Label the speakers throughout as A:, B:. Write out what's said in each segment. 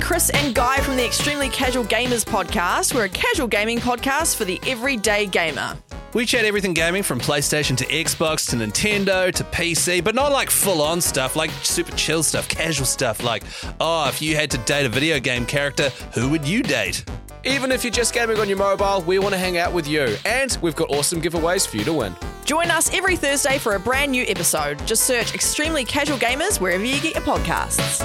A: Chris and Guy from the Extremely Casual Gamers podcast. We're a casual gaming podcast for the everyday gamer.
B: We chat everything gaming from PlayStation to Xbox to Nintendo to PC, but not like full on stuff, like super chill stuff, casual stuff, like, oh, if you had to date a video game character, who would you date?
C: Even if you're just gaming on your mobile, we want to hang out with you. And we've got awesome giveaways for you to win.
A: Join us every Thursday for a brand new episode. Just search Extremely Casual Gamers wherever you get your podcasts.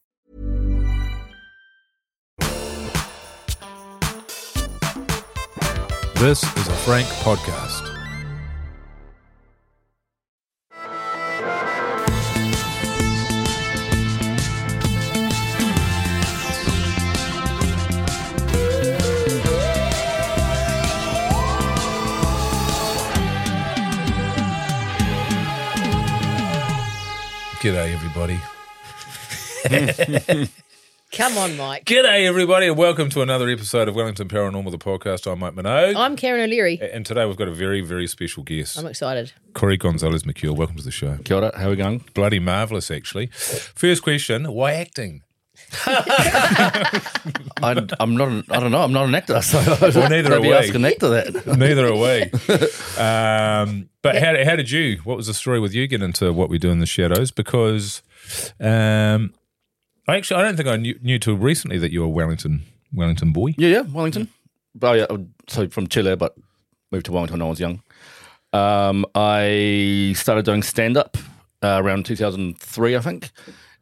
D: This is a Frank podcast. G'day, everybody.
E: Come on, Mike.
D: G'day, everybody, and welcome to another episode of Wellington Paranormal, the podcast. I'm Mike Minogue.
E: I'm Karen O'Leary.
D: and today we've got a very, very special guest,
E: I'm excited.
D: Corey Gonzalez McKeel. Welcome to the show.
C: Kia ora, how are we going?
D: Bloody marvelous, actually. First question: Why acting?
C: I, I'm not, an, I don't know, I'm not an actor, so
D: Well, neither are
C: maybe
D: we.
C: ask an actor that.
D: Neither are we. Um, but how, how did you? What was the story with you? Get into what we do in the shadows because um, I actually I don't think I knew, knew till recently that you were a Wellington Wellington boy.
C: Yeah, yeah, Wellington. Oh, yeah, so from Chile, but moved to Wellington when I was young. Um, I started doing stand up uh, around 2003, I think.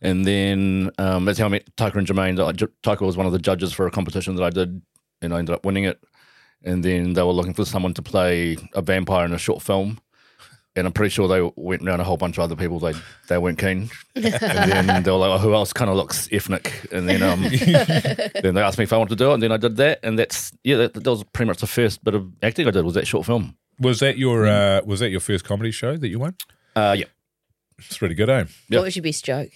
C: And then um, that's how I met Tucker and Jermaine. I- J- Tucker was one of the judges for a competition that I did, and I ended up winning it. And then they were looking for someone to play a vampire in a short film. And I'm pretty sure they went around a whole bunch of other people. They they weren't keen. And then they were like, oh, who else kind of looks ethnic? And then um, then they asked me if I wanted to do it, and then I did that, and that's yeah, that, uh, that was pretty much the first bit of acting I did was that short film.
D: Was that your uh, Was that your first comedy show that you won?
C: Uh, yeah.
D: It's pretty good, eh?
C: Yeah.
E: What was your best joke?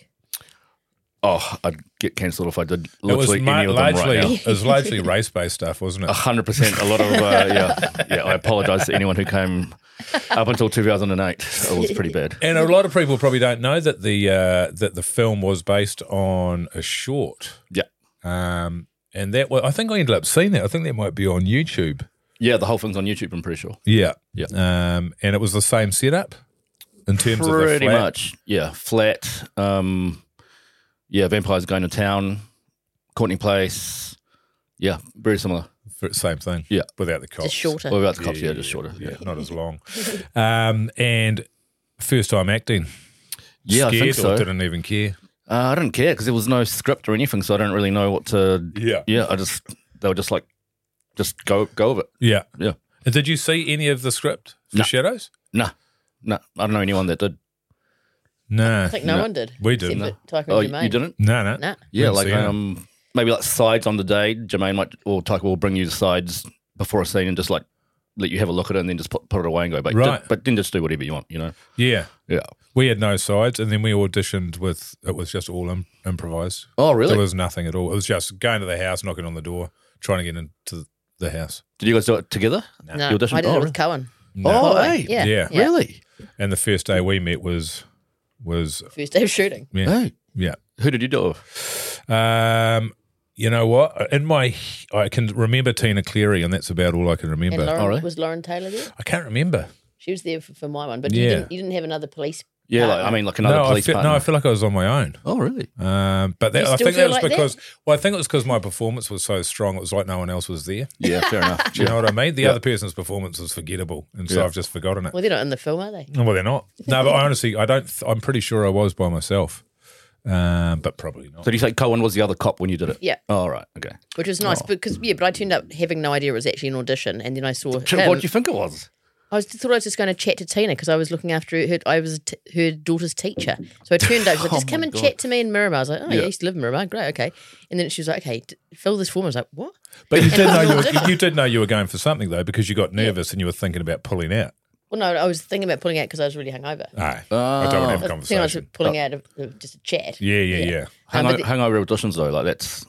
C: Oh, I'd get cancelled if I did
D: It was
C: literally
D: ma-
C: any of them
D: largely
C: right now.
D: it was largely race based stuff, wasn't it?
C: A hundred percent. A lot of uh, yeah, yeah. I apologise to anyone who came up until 2008. It was pretty bad.
D: And a lot of people probably don't know that the uh, that the film was based on a short.
C: Yeah,
D: Um, and that well, I think I ended up seeing that. I think that might be on YouTube.
C: yeah. The whole thing's on YouTube. I'm pretty sure.
D: Yeah,
C: Yeah.
D: Um, and it was the same setup in terms of the
C: pretty
D: flat.
C: much yeah flat um yeah vampires going to town courtney place yeah very similar
D: F- same thing.
C: Yeah.
D: without the cops.
E: Just shorter.
C: well about the cops yeah, just shorter
D: Yeah, not as long. Um, and first time acting.
C: Yeah, I
D: Scared
C: think so.
D: Or didn't even care.
C: Uh, I didn't care because there was no script or anything, so I didn't really know what to.
D: Yeah.
C: yeah. I just they were just like, just go go with it.
D: Yeah.
C: Yeah,
D: And did you see any of the script for
C: No.
D: Shadows?
C: nah, nah. I don't know anyone that did.
D: No.
E: I think no one did.
D: We didn't.
E: Except for Taika
C: Oh,
E: and Jermaine.
C: you didn't?
D: No, no.
E: Nah.
C: Yeah,
D: Didn't
C: like
D: see it.
C: um, maybe like sides on the day. Jermaine might or Tucker will bring you the sides before a scene and just like let you have a look at it and then just put, put it away and go back.
D: Right.
C: but then just do whatever you want, you know.
D: Yeah.
C: Yeah.
D: We had no sides, and then we auditioned with it was just all Im- improvised.
C: Oh, really?
D: There was nothing at all. It was just going to the house, knocking on the door, trying to get into the house.
C: Did you guys do it together?
E: No,
C: You auditioned?
E: I did
C: oh,
E: it
C: really?
E: with Cohen.
C: Oh, hey.
E: Yeah.
D: Yeah.
C: Really?
D: And the first day we met was was
E: First day of shooting.
D: yeah
C: Hey.
D: yeah.
C: Who did you do it with?
D: Um, you know what? In my I can remember Tina Cleary, and that's about all I can
E: And
D: remember.
E: Lauren,
C: All right.
E: was Lauren Taylor there?
D: I can't remember.
E: She was there for, for my one, but
D: Yeah.
E: you, didn't, you didn't have another police
C: Yeah, like, I
E: Um,
C: mean, like another
D: no, I
C: police
D: feel,
C: partner.
D: no, I feel like I was on my own.
C: oh, really?
D: Um, but that,
E: You
D: I
E: still
D: think
E: feel
D: that was
E: like that?
D: because well, I think it was because my performance was so strong. It was like no one else was there.
C: Yeah, fair enough.
D: Do you know what I mean? The other person's performance was forgettable, and so I've just forgotten it.
E: Well, they're not in the film, are they?
D: Well, they're not. No, but I honestly, I don't. Th- I'm pretty sure I was by myself, um, but probably not.
C: So do you say Cohen was the other cop when you did it?
E: Yeah.
C: All right. Okay.
E: Which was nice because yeah, but I turned up having no idea it was actually an audition, and then I saw
C: So
E: him.
C: What do you think it was?
E: I was, thought I was just going to chat to Tina because I was looking after her. I was t- her daughter's teacher, so I turned over. She's like,
C: Oh
E: just come and chat to me in Miramar. I was like, oh yeah, I used to live in Miramar. Great, okay. And then she was like, okay, d- fill this form. I was like, what?
D: But you
E: And
D: did know
E: I
D: you,
E: was
D: were, you did know you were going for something though, because you got nervous and you were thinking about pulling out.
E: Well, no, I was thinking about pulling out because I was really hungover.
D: Aye.
C: Ah.
D: I don't want to have a
E: I was thinking I was
D: conversation.
C: Oh.
E: pulling out of, of just a chat.
D: Yeah, yeah, yeah.
E: Um,
C: Hangover,
E: but the-
C: hangover auditions though, like that's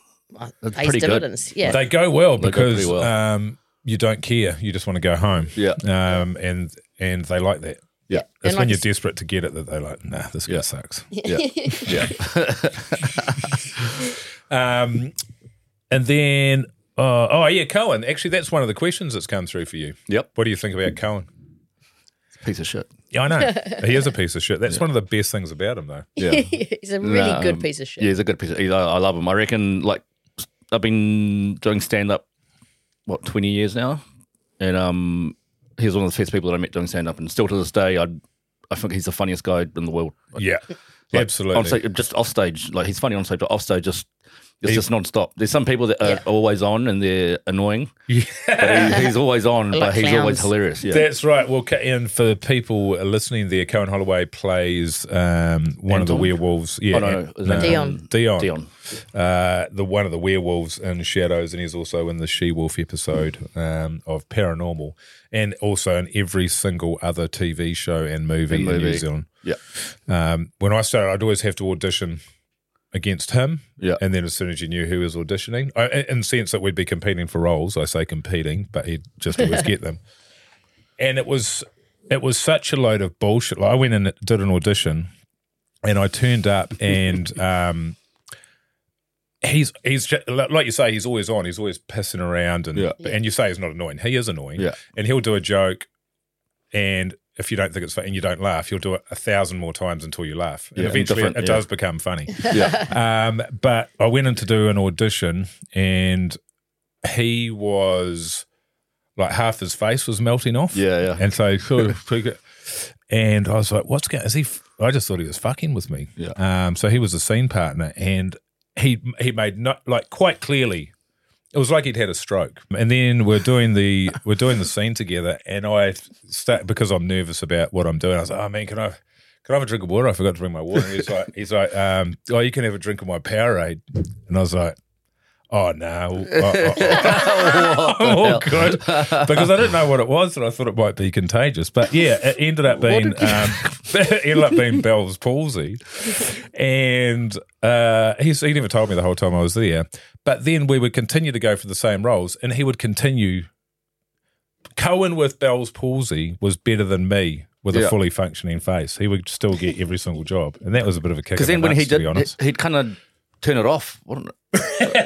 C: that's
E: Pays
C: pretty good.
E: dividends. Yeah.
D: They go well
C: They go pretty
D: because
C: well.
D: Um, you don't care. You just want to go home.
C: Yeah.
D: Um, and and they like that.
C: yeah.
D: It's
E: And
D: when
E: like
D: you're
E: I
D: desperate to get it that they're like, nah, this guy
C: Yeah.
D: sucks.
C: Yeah.
D: Um, and then, uh, oh, yeah, Cohen. Actually, that's one of the questions that's come through for you.
C: Yep.
D: What do you think about Cohen?
C: Piece of shit.
D: Yeah, I know. he is a piece of shit. That's one of the best things about him, though.
C: Yeah.
E: He's a really
C: Nah,
E: good
C: um,
E: piece of shit.
C: Yeah, he's a good piece of. He's, I, I love him. I reckon like I've been doing stand up what twenty years now, and um, he was one of the first people that I met doing stand up, and still to this day, I I think he's the funniest guy in the world. Like,
D: Yeah.
C: like,
D: Absolutely.
C: On stage, just off stage, like he's funny on stage, but off stage, just it's
D: He-
C: just non-stop. There's some people that are
E: Yeah.
C: always on and they're annoying, but he, he's always on,
E: Like
C: but he's always
E: clowns.
C: hilarious. Yeah,
D: That's right. Well, Ca- and for people listening there, Cohen Holloway plays um, one of the
C: Anton?
D: werewolves. Yeah,
C: Oh, no, no.
D: An-
E: Dion.
D: Dion.
C: Dion.
D: Uh, the one of the werewolves in Shadows, and he's also in the She Wolf episode um, of Paranormal, and also in every single other TV show and movie,
C: And
D: in New
C: movie.
D: Zealand.
C: Yeah.
D: Um, when I started, I'd always have to audition against him.
C: Yeah.
D: And then as soon as you knew who was auditioning, I, in- in the sense that we'd be competing for roles, I say competing, but he'd just always get them. And it was it was such a load of bullshit. Like I went and did an audition, and I turned up, and um, he's he's just, like you say, he's always on, he's always pissing around, and
C: Yeah.
D: and you say he's not annoying, he is annoying,
C: Yeah.
D: and he'll do a joke, and if you don't think it's funny and you don't laugh, you'll do it a thousand more times until you laugh, and
C: Yeah, and
D: eventually it,
C: different,
D: it
C: yeah.
D: does become funny.
C: yeah,
D: Um, but I went in to do an audition, and he was like half his face was melting off.
C: Yeah, yeah.
D: And so, he sort of took it- and I was like, "What's going? Is he?" f- I just thought he was fucking with me.
C: Yeah.
D: Um. So he was a scene partner, and he he made not like quite clearly. It was like he'd had a stroke, and then we're doing the we're doing the scene together, and I start because I'm nervous about what I'm doing. I was like, "Oh man, can I?" can I have a drink of water? I forgot to bring my water. And he's like, he's like, um, oh, you can have a drink of my Powerade. And I was like, oh no, I- I- I'm all good because I didn't know what it was, and I thought it might be contagious. But yeah, it ended up being um, it ended up being Bell's palsy, and uh, he he never told me the whole time I was there. But then we would continue to go for the same roles, and he would continue Cohen with Bell's palsy was better than me with a
C: Yeah.
D: fully functioning face. He would still get every single job, and that was a bit of a kick.
C: because then
D: in the
C: when he
D: nuts, to
C: did,
D: be
C: he-
D: honest.
C: he'd kind of turn it off, wouldn't it?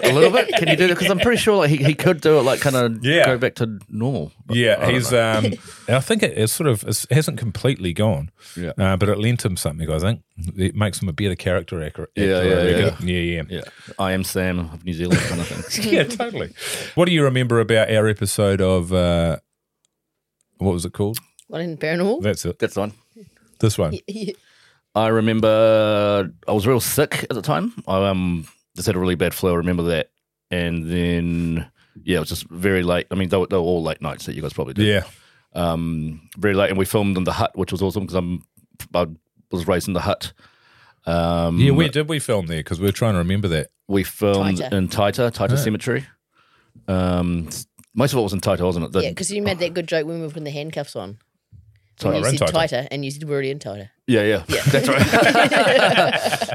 C: a little bit. Can you do that? Because I'm pretty sure like he, he could do it, like kind of
D: Yeah.
C: go back to normal. But I
D: yeah,
C: don't
D: he's.
C: know.
D: Um, and I think it, it's sort of it hasn't completely gone,
C: Yeah.
D: uh, but it lent him something. I think it makes him a better character actor. actor
C: Yeah, yeah,
D: really
C: yeah.
D: good. yeah, yeah,
C: yeah. I am Sam of New Zealand kind of thing.
D: yeah, totally. What do you remember about our episode of uh, what was it called?
E: One in paranormal.
D: That's it.
C: That's the one.
D: This one.
C: I remember I was real sick at the time. I um just had a really bad flu. I remember that, and then yeah, it was just very late. I mean, they were, they were all late nights that you guys probably did.
D: Yeah,
C: um, very late, and we filmed in the hut, which was awesome because I'm I was raised in the hut. Um,
D: yeah. Where did we film there? Because we were trying to remember that.
C: we filmed
E: Taita.
C: in Taita, Taita Cemetery. Um, most of it was in Taita, wasn't it? The-
E: Yeah, because you made that good joke when we were putting the handcuffs on.
C: Sorry,
E: When
D: we're in
E: you said
D: tighter.
E: tighter, and you said we're already in tighter.
C: yeah, yeah, that's right.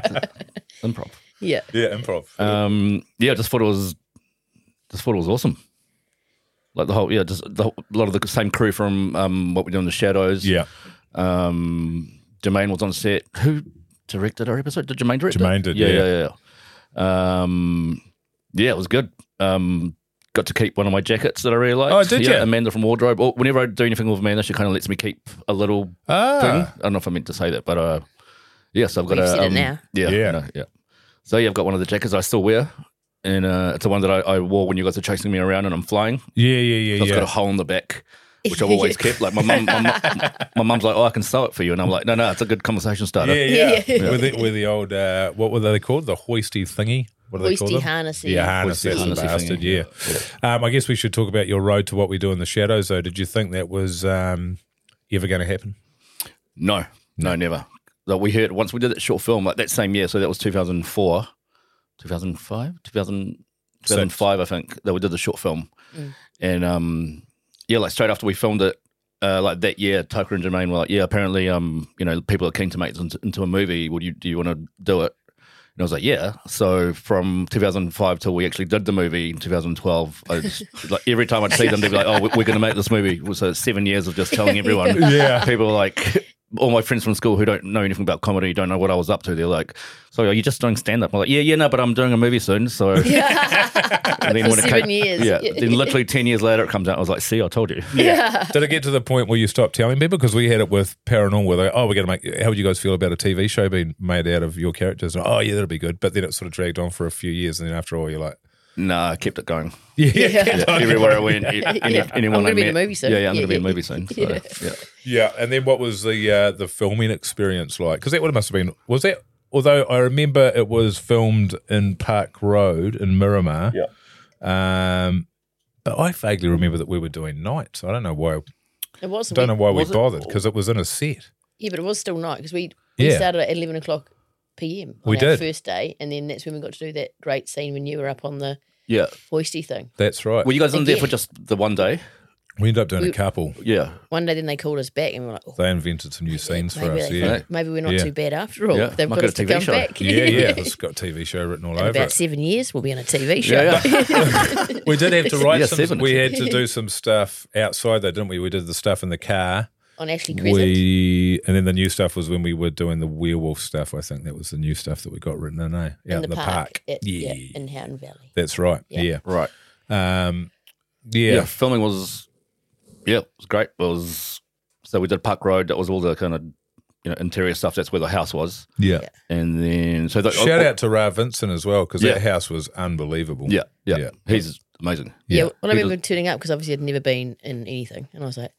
C: Improv.
E: Yeah.
D: Yeah, improv.
C: Um, yeah, I just thought it was, just thought it was awesome. Like the whole, yeah, just the whole, a lot of the same crew from um, what we do in the shadows.
D: yeah,
C: Um, Jermaine was on set. Who directed our episode? Did Jermaine direct? it?
D: Jermaine did,
C: Yeah,
D: yeah.
C: yeah, yeah. Um, yeah, it was good. Um, got to keep one of my jackets that I really liked.
D: Oh, did
C: yeah,
D: you?
C: Amanda from Wardrobe. Or whenever I do anything with Amanda, she kind of lets me keep a little
D: Ah.
C: thing. I don't know if I meant to say that, but uh, yes, I've got
E: You've
C: a. um,
E: said it now.
C: Yeah,
D: Yeah.
C: no, yeah. So yeah, I've got one of the jackets I still wear, and uh, it's the one that I, I wore when you guys were chasing me around and I'm flying.
D: Yeah, yeah, yeah,
C: It's got a
D: yeah.
C: hole in the back, which I've always kept. Like my mum, my, mum, my mum's like, "Oh, I can sew it for you," and I'm like, "No, no, it's a good conversation starter."
D: Yeah, yeah.
E: Yeah.
D: With, the, with the old, uh, what were they called? The hoisty thingy. What do they call
E: Hoisty
D: them?
E: harnessy.
D: Yeah, harness.
C: Hoisty
D: That's
C: harnessy
D: a bastard. Yeah.
C: thingy,
D: Um, I guess we should talk about your road to what we do in the shadows, though. Did you think that was um, ever going to happen?
C: No, no, never. Like we heard once we did that short film, like that same year. So that was 2004, 2005, 2000, 2005, I think, that we did the short film. And um, yeah, like straight after we filmed it, uh, like that year, Tucker and Jermaine were like, yeah, apparently, um, you know, people are keen to make this into, into a movie. Would you, do you want to do it? And I was like, yeah. So from 2005 till we actually did the movie in 2012, I just, like every time I'd see them, they'd be like, oh, we- we're going to make this movie. So it's seven years of just telling everyone.
D: Yeah.
C: People are like, all my friends from school who don't know anything about comedy, don't know what I was up to. They're like, so are you just doing stand up? I'm like, yeah, yeah, no, but I'm doing a movie soon. So and
E: For
C: it
E: seven
C: came-
E: years.
C: Yeah. Then literally 10 years later, it comes out. I was like, see, I told you.
D: Did it get to the point where you stopped telling people? Because we had it with Paranormal, where they, oh, we're going to make, how would you guys feel about a TV show being made out of your characters? And, oh, yeah, that'll be good. But then it sort of dragged on for a few years. And then after all, you're like,
C: No, I kept it going.
D: yeah,
C: Yeah, everywhere I went, any,
E: Yeah.
C: anyone
E: I'm gonna
C: I
E: be in
C: met,
E: a movie soon.
C: Yeah, yeah, I'm
E: Yeah,
C: going to be in a
E: yeah,
C: movie soon. So,
E: yeah.
C: yeah.
D: Yeah, and then what was the uh, the filming experience like? Because that would have must have been was that. Although I remember it was filmed in Park Road in Miramar. Yeah. Um, but I vaguely remember that we were doing nights. I don't know why.
E: It was.
D: Don't know why
C: Was
D: we
C: it-
D: bothered because it was in a set.
E: Yeah, but it was still night because we we
D: Yeah.
E: started at eleven o'clock p.m. on
D: We
E: our
D: did.
E: first day, and then that's when we got to do that great scene when you were up on the
C: Yeah.
E: hoisty thing.
D: That's right.
C: Were
D: We,
C: you guys in there
E: Again.
C: for just the one day?
D: ended up doing a
E: we-
D: couple.
C: Yeah.
E: One day, then they called us back, and we were like, oh,
D: They invented some new scenes for
E: maybe,
D: us.
E: they
D: Yeah.
E: think- maybe we're not
D: Yeah.
E: too bad after all.
C: Yeah,
E: They've
C: might
E: got
C: get
E: us
C: a
E: to
C: TV
E: come
C: show.
E: back.
D: Yeah, yeah. It's got TV show written all
E: In
D: over
E: about
D: it.
E: seven years, we'll be on a TV show.
C: Yeah.
D: We did have to write
C: Yeah,
D: some.
C: seven,
D: we had
C: actually.
D: to do some stuff outside, though, didn't we? We did the stuff in the car.
E: on Ashley Crescent.
D: We and then the new stuff was when we were doing the werewolf stuff. I think that was the new stuff that we got written in, eh? Out
E: in the, park, at-
D: yeah.
E: yeah. in Houghton Valley.
D: that's right. Yeah,
C: Right.
D: Um, yeah.
C: yeah. filming was yeah, it was great. It was so we did Park Road. That was all the kind of you know interior stuff. That's where the house was,
D: yeah,
C: and then so the,
D: Shout out to Ra Vincent as well because
C: Yeah.
D: that house was unbelievable.
C: yeah, yeah,
D: Yeah.
C: he's amazing.
E: Yeah,
D: Yeah.
E: well, I remember turning up because obviously I'd never been in anything, and I was like,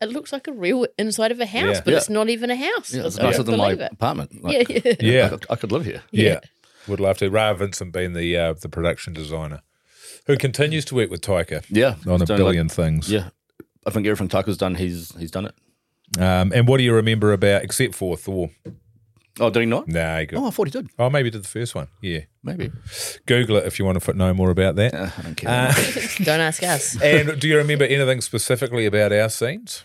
E: "It looks like a real inside of a house,
D: Yeah.
E: but
C: Yeah.
E: it's not even a house.
C: Yeah, it's
E: I
C: nicer
E: couldn't
C: than my
E: believe it.
C: apartment.
E: Yeah, yeah.
D: Yeah.
C: I, could, I could live here.
D: Yeah. Would love to. Ra Vincent being the uh, the production designer who continues to work with Tyker
C: Yeah,
D: on a
C: He's done, like-
D: billion things.
C: yeah, I think everything Tucker's done, he's he's done it.
D: Um, and what do you remember about except for Thor?
C: Oh, did he not?
D: Nah, he got.
C: Oh, I
D: Oh,
C: thought he did.
D: maybe did the first one. Yeah.
C: Maybe.
D: Google it if you want to know more about that.
C: Uh, I don't care.
E: Don't ask us.
D: And do you remember anything specifically about our scenes?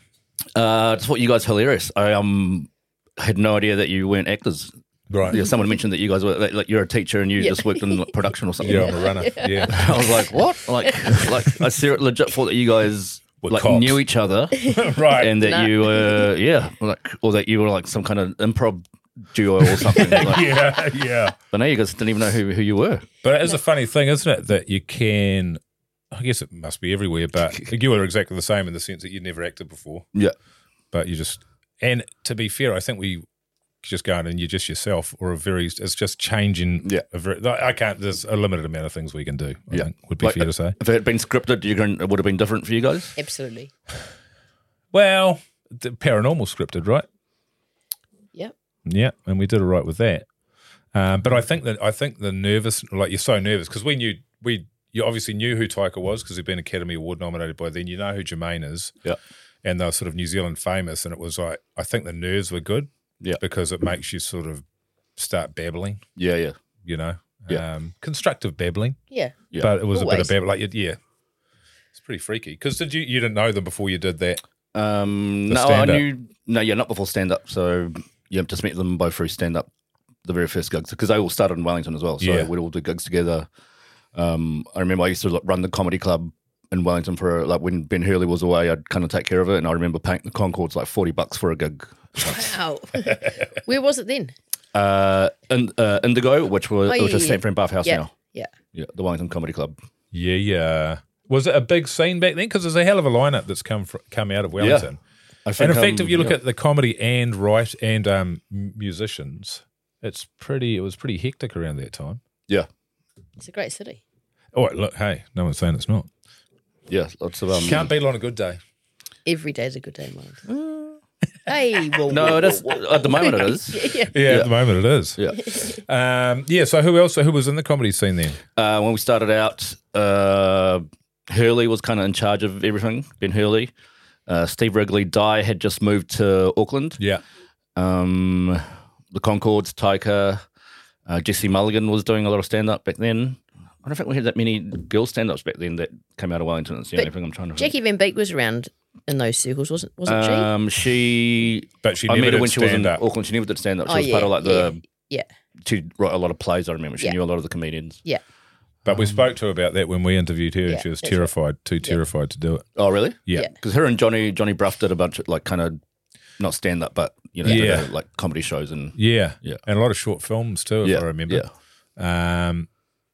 C: Uh, just what you guys hilarious. I um had no idea that you weren't actors.
D: Right.
C: Yeah, someone mentioned that you guys were like, like you're a teacher and you just worked in like, production or something.
D: Yeah, I'm a runner. Yeah.
C: I was like, what? Like, like I ser- legit thought that you guys
D: Were
C: like
D: cops.
C: knew each other
D: right.
C: and that
E: Nah.
C: you were yeah, like or that you were like some kind of improv duo or something. Like,
D: yeah, yeah.
C: But now you guys didn't even know who who you were.
D: But it is a funny thing, isn't it, that you can. I guess it must be everywhere, but you were exactly the same in the sense that you'd never acted before,
C: Yeah,
D: but you just. And to be fair, I think we just go in and you're just yourself, or a very. It's just changing.
C: Yeah.
D: A very, I can't. There's a limited amount of things we can do. I
C: Yeah.
D: think, would be
C: Like,
D: fair to say.
C: if it had been scripted, you can, it would have been different for you guys.
E: Absolutely.
D: Well, the paranormal scripted, right?
E: Yep.
D: Yeah, and we did all right with that. Um, but I think that I think the nervous, like you're so nervous because we knew we you obviously knew who Taika was because he'd been Academy Award nominated by then. You know who Jermaine is,
C: Yeah,
D: and they were sort of New Zealand famous. And it was like I think the nerves were good,
C: Yeah.
D: because it makes you sort of start babbling,
C: yeah, yeah.
D: you know,
C: Yeah.
D: um, constructive babbling.
E: Yeah.
C: Yeah.
D: But it was a bit of
E: Always.
D: babbling, like it- yeah, it's pretty freaky. Because did you you didn't know them before you did that?
C: Um,
D: The
C: no,
D: stand-up.
C: I knew. No, yeah, not before stand up. So yeah, just met them both through stand up, the very first gigs because they all started in Wellington as well. So
D: Yeah.
C: we'd all do gigs together. Um, I remember I used to like, run the comedy club in Wellington for like when Ben Hurley was away, I'd kind of take care of it. And I remember paying the Concords like forty bucks for a gig.
E: Wow. Where was it then?
C: Uh, in, uh, Indigo, which was
E: Oh,
C: it was
E: yeah,
C: just
E: yeah,
C: San Fran Bathhouse
E: yeah.
C: now,
E: Yeah.
C: yeah, the Wellington Comedy Club.
D: Yeah, yeah. Was it a big scene back then? Because there's a hell of a lineup that's come fr come out of Wellington.
C: I
D: And
C: think,
D: in fact,
C: um,
D: if you look
C: yeah.
D: at the comedy and write and um, m- musicians, it's pretty. It was pretty hectic around that time.
C: yeah,
E: It's a great city.
D: Oh, look, hey, no one's saying it's not.
C: yeah, lots of um.
D: Can't beat it on a good day.
E: Every day's a good day in Wellington.
C: Mm.
E: hey, well,
C: no, it is at the moment. It is.
D: Yeah, at the moment it is.
C: Yeah.
D: Um, yeah. So who else? Who was in the comedy scene then?
C: Uh, when we started out, uh, Hurley was kind of in charge of everything. Ben Hurley, uh, Steve Wrigley, Dye had just moved to Auckland.
D: Yeah.
C: um, the Concords, Taika, uh, Jesse Mulligan was doing a lot of stand up back then. I don't think we had that many girl stand ups back then that came out of Wellington. It's the
E: But
C: only thing I'm trying to
E: Jackie Van Beek was around in those circles, wasn't wasn't
C: think.
E: she?
C: Um, she,
D: But she
C: I
D: never
C: met
D: did
C: her when she was in
D: stand-up.
C: Auckland. She never did stand up. She
E: Oh,
C: was part
E: yeah,
C: of like the.
E: yeah,
C: She wrote a lot of plays. I remember she
E: Yeah.
C: knew a lot of the comedians.
E: yeah.
D: But we spoke to her about that when we interviewed her, and
E: Yeah,
D: she was
E: that's right.
D: terrified, too terrified to do it.
C: Oh, really?
D: Yeah.
E: Yeah.
C: Because her and Johnny Johnny Bruff did a bunch of like kind of not stand up, but you know,
D: Yeah.
C: did, uh, like comedy shows and
D: Yeah.
C: Yeah.
D: And a lot of short films too, if I remember. Um,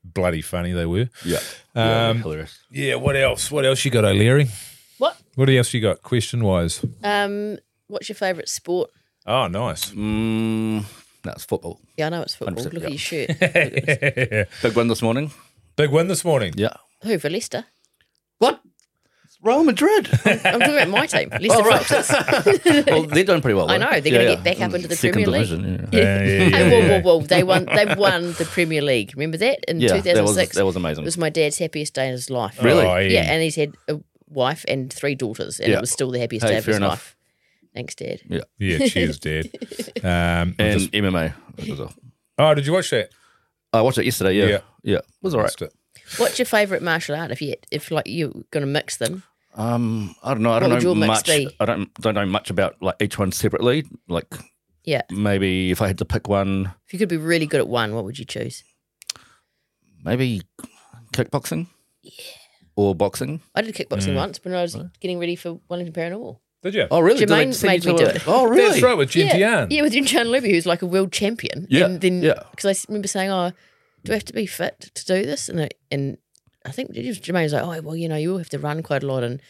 D: bloody funny they were.
C: yeah, yeah,
D: Um,
C: hilarious.
D: Yeah. What else? What else you got, O'Leary?
E: What?
D: What else you got? Question wise.
E: Um, what's your favourite sport?
D: Oh, nice.
C: Mm, that's football.
E: Yeah, I know it's football.
C: 100%,
E: Look
C: yeah.
E: at your shirt.
C: Big win this morning.
D: Big win this morning.
C: Yeah.
E: Who for Leicester?
C: What? It's Real Madrid.
E: I'm talking about my team,
C: Oh,
E: Leicester Foxes.
C: well, they're doing pretty well.
E: I
C: right?
E: know, they're gonna get back up into the
C: Second
E: Premier League.
C: Division, yeah.
E: Yeah.
D: yeah, yeah,
E: Hey, whoa,
D: yeah.
E: whoa, whoa! They won. They won the Premier League. Remember that in
C: Yeah, that was-
E: 2006.
C: that was amazing.
E: It was my dad's happiest day in his life.
C: Really?
D: Oh,
E: Yeah,
D: Ian.
E: and he's had a wife and three daughters, and
C: Yeah.
E: it was still the happiest
C: Hey,
E: day of
C: fair
E: his
C: enough.
E: life. Thanks, Dad.
C: Yeah.
D: Yeah, cheers, Dad. Um,
C: And MMA. as well.
D: oh, did you watch that?
C: I watched it yesterday. Yeah.
D: Yeah.
C: Yeah. It was all right.
D: Watched it.
E: What's your favourite martial art? If you, if like you're gonna mix them,
C: Um, I don't know. I
E: What
C: don't
E: would
C: know
E: your mix
C: much.
E: be?
C: I don't don't know much about like each one separately. Like
E: yeah.
C: maybe if I had to pick one,
E: If you could be really good at one, what would you choose?
C: maybe kickboxing. Or boxing.
E: I did kickboxing
C: Hmm.
E: once when I was getting ready for Wellington Paranormal.
D: Did you?
C: Oh really? Did they
E: Jermaine
C: send you
E: made me
C: to a-
E: do it.
C: Oh really?
D: That's right, with Jim
E: Yeah,
D: Tian.
E: yeah, with Inchan Levy, who's like a world champion.
C: Yeah,
E: and then
C: yeah.
E: because I s- remember saying, "Oh, do I have to be fit to do this?" And I, and I think it was Jermaine was like, "Oh, well, you know, you have to run quite a lot, and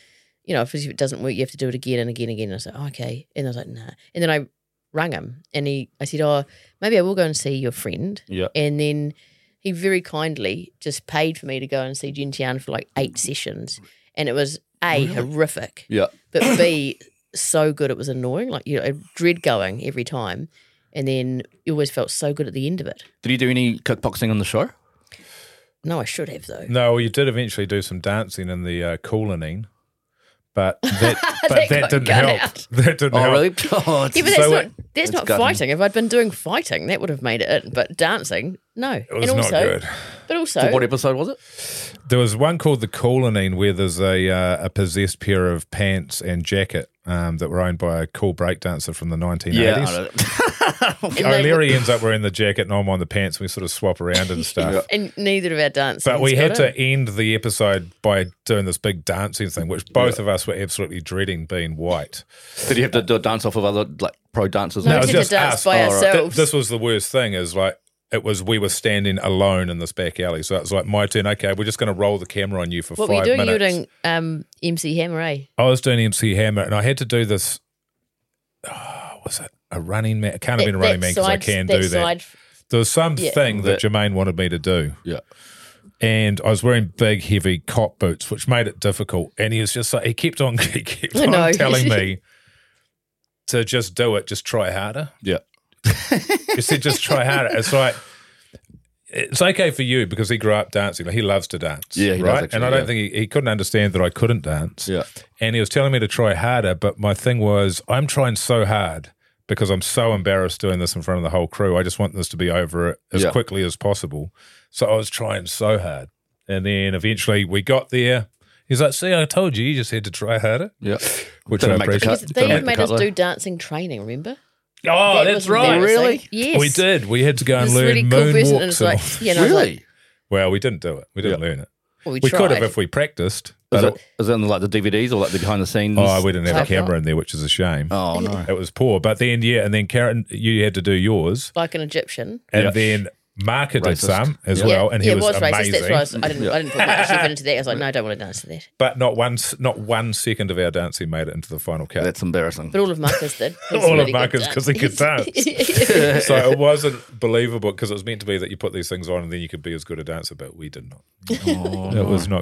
E: you know, if it doesn't work, you have to do it again and again and again." And I was like, oh, "Okay," and I was like, "Nah," and then I rang him, and he, I said, "Oh, maybe I will go and see your friend."
C: Yeah.
E: and then he very kindly just paid for me to go and see Jin Tian for like eight sessions, and it was a horrific
C: Yeah.
E: but B so good it was annoying. Like you know, I dread going every time, and then you always felt so good at the end of it.
C: Did you do any kickboxing on the show?
E: No, I should have though.
D: No, well, you did eventually do some dancing in the uh, Koolening, but that, but
E: That
D: that,
E: got
D: didn't
E: cut
D: help.
E: out.
D: That didn't
C: Oh
D: help.
C: really? Oh, it's-
E: Yeah, but that's
D: So
E: not
D: it-
E: that's not
C: gutting.
E: fighting. If I'd been doing fighting, that would have made it. in, But dancing, no.
D: It was
E: and
D: not
E: also,
D: good.
E: But
C: For what
E: also,
C: episode was it?
D: There was one called the Koolening where there's a uh, a possessed pair of pants and jacket um, that were owned by a cool breakdancer from the 1980s.
C: I know. e-
E: and, they-
D: O'Leary ends up wearing the jacket and I'm on the pants. We sort of swap around and stuff.
E: and neither of our dancing.
D: But we had to end the episode by doing this big dancing thing, which both of us were absolutely dreading being white.
C: Did you have to do a dance off of other like pro dancers?
E: No,
D: No,
E: we
D: it's
E: did
D: just
E: to dance
D: us.
E: by
D: All right. Th-
E: ourselves.
D: this was the worst thing is like it was we were standing alone in this back alley. So it's like my turn. Okay, we're just going to roll the camera on you for
E: What were
D: five
E: you doing?
D: minutes.
E: You were doing um, MC Hammer, eh?
D: I was doing MC Hammer, and I had to do this. Oh, was it a running man? It can't have been a running man because I
E: side-
D: can do that.
E: side-
D: There was something
E: Yeah.
C: That-
D: that Jermaine wanted me to do.
C: Yeah.
D: and I was wearing big, heavy cop boots, which made it difficult. And he was just like, he kept on, he kept
E: I
D: on
E: know.
D: telling me to just do it, just try harder.
C: Yeah.
D: He said, just try harder. It's like, it's okay for you because he grew up dancing. Like he loves to dance.
C: Yeah, he does
D: right.
C: actually,
D: and I don't
C: yeah.
D: think he, he couldn't understand that I couldn't dance.
C: Yeah.
D: And he was telling me to try harder, but my thing was, I'm trying so hard because I'm so embarrassed doing this in front of the whole crew. I just want this to be over as
C: Yeah.
D: quickly as possible. So I was trying so hard. And then eventually we got there. He's like, see, I told you, you just had to try harder.
C: Yeah.
D: Which
C: Didn't
D: I
C: make the
D: appreciate.
E: Because
C: cut.
E: they
C: Didn't
E: had
C: make
E: made
C: the
E: us
C: cut,
E: do
C: though.
E: dancing training. Remember?
D: Oh,
E: That
D: that's
E: was
D: right.
E: embarrassing.
C: Really?
E: Yes.
D: We did. We had to go and
E: This
D: learn
E: really cool
D: moonwalks.
E: person, and it's like,
D: and all.
E: yeah, and I was like,
C: Really?
D: well, we didn't do it. We didn't learn it.
E: well, we,
D: We
E: tried.
D: could have if we practiced. But
C: Is it, is it in like the DVDs or like the behind the scenes?
D: oh, we didn't have a
E: Like
D: camera
E: what?
D: in there, which is a shame.
C: Oh, no.
D: It was poor. But then, yeah, and then Karen, you had to do yours.
E: like an Egyptian.
D: And then marketed
C: Racist.
D: some as
C: Yeah.
D: well, and he
E: yeah, it
D: was,
E: was racist.
D: amazing.
E: That's why I, was, I didn't. I didn't put much effort into that. I was like, no, I don't want to dance to that.
D: But not one, s- not one second of our dancing made it into the final cut.
C: That's embarrassing.
E: But all of Marcus did. He's
D: All of
E: really good
D: Marcus,
E: dance.
D: 'cause he could
E: He's-
D: so it wasn't believable because it was meant to be that you put these things on and then you could be as good a dancer, but we did not. It was not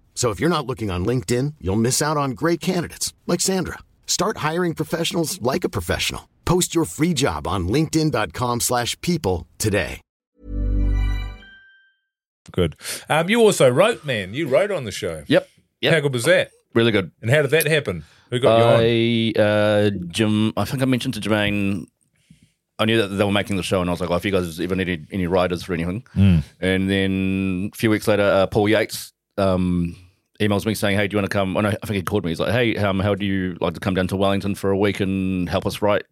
F: So if you're not looking on LinkedIn, you'll miss out on great candidates like Sandra. Start hiring professionals like a professional. Post your free job on linkedin.com/people slash people today.
D: good. Um, you also wrote, man. You wrote on the show.
C: Yep.
D: How
C: Yep.
D: good was that?
C: Really good.
D: And how did that happen? Who got you
C: I,
D: on?
C: uh, Jim, I think I mentioned to Jermaine, I knew that they were making the show, and I was like, oh, if you guys ever needed any writers for anything.
D: Hmm.
C: And then a few weeks later, uh, Paul Yates um, emails me saying, hey, do you want to come? Oh, no, I think he called me. He's like, hey, um, how do you like to come down to Wellington for a week and help us write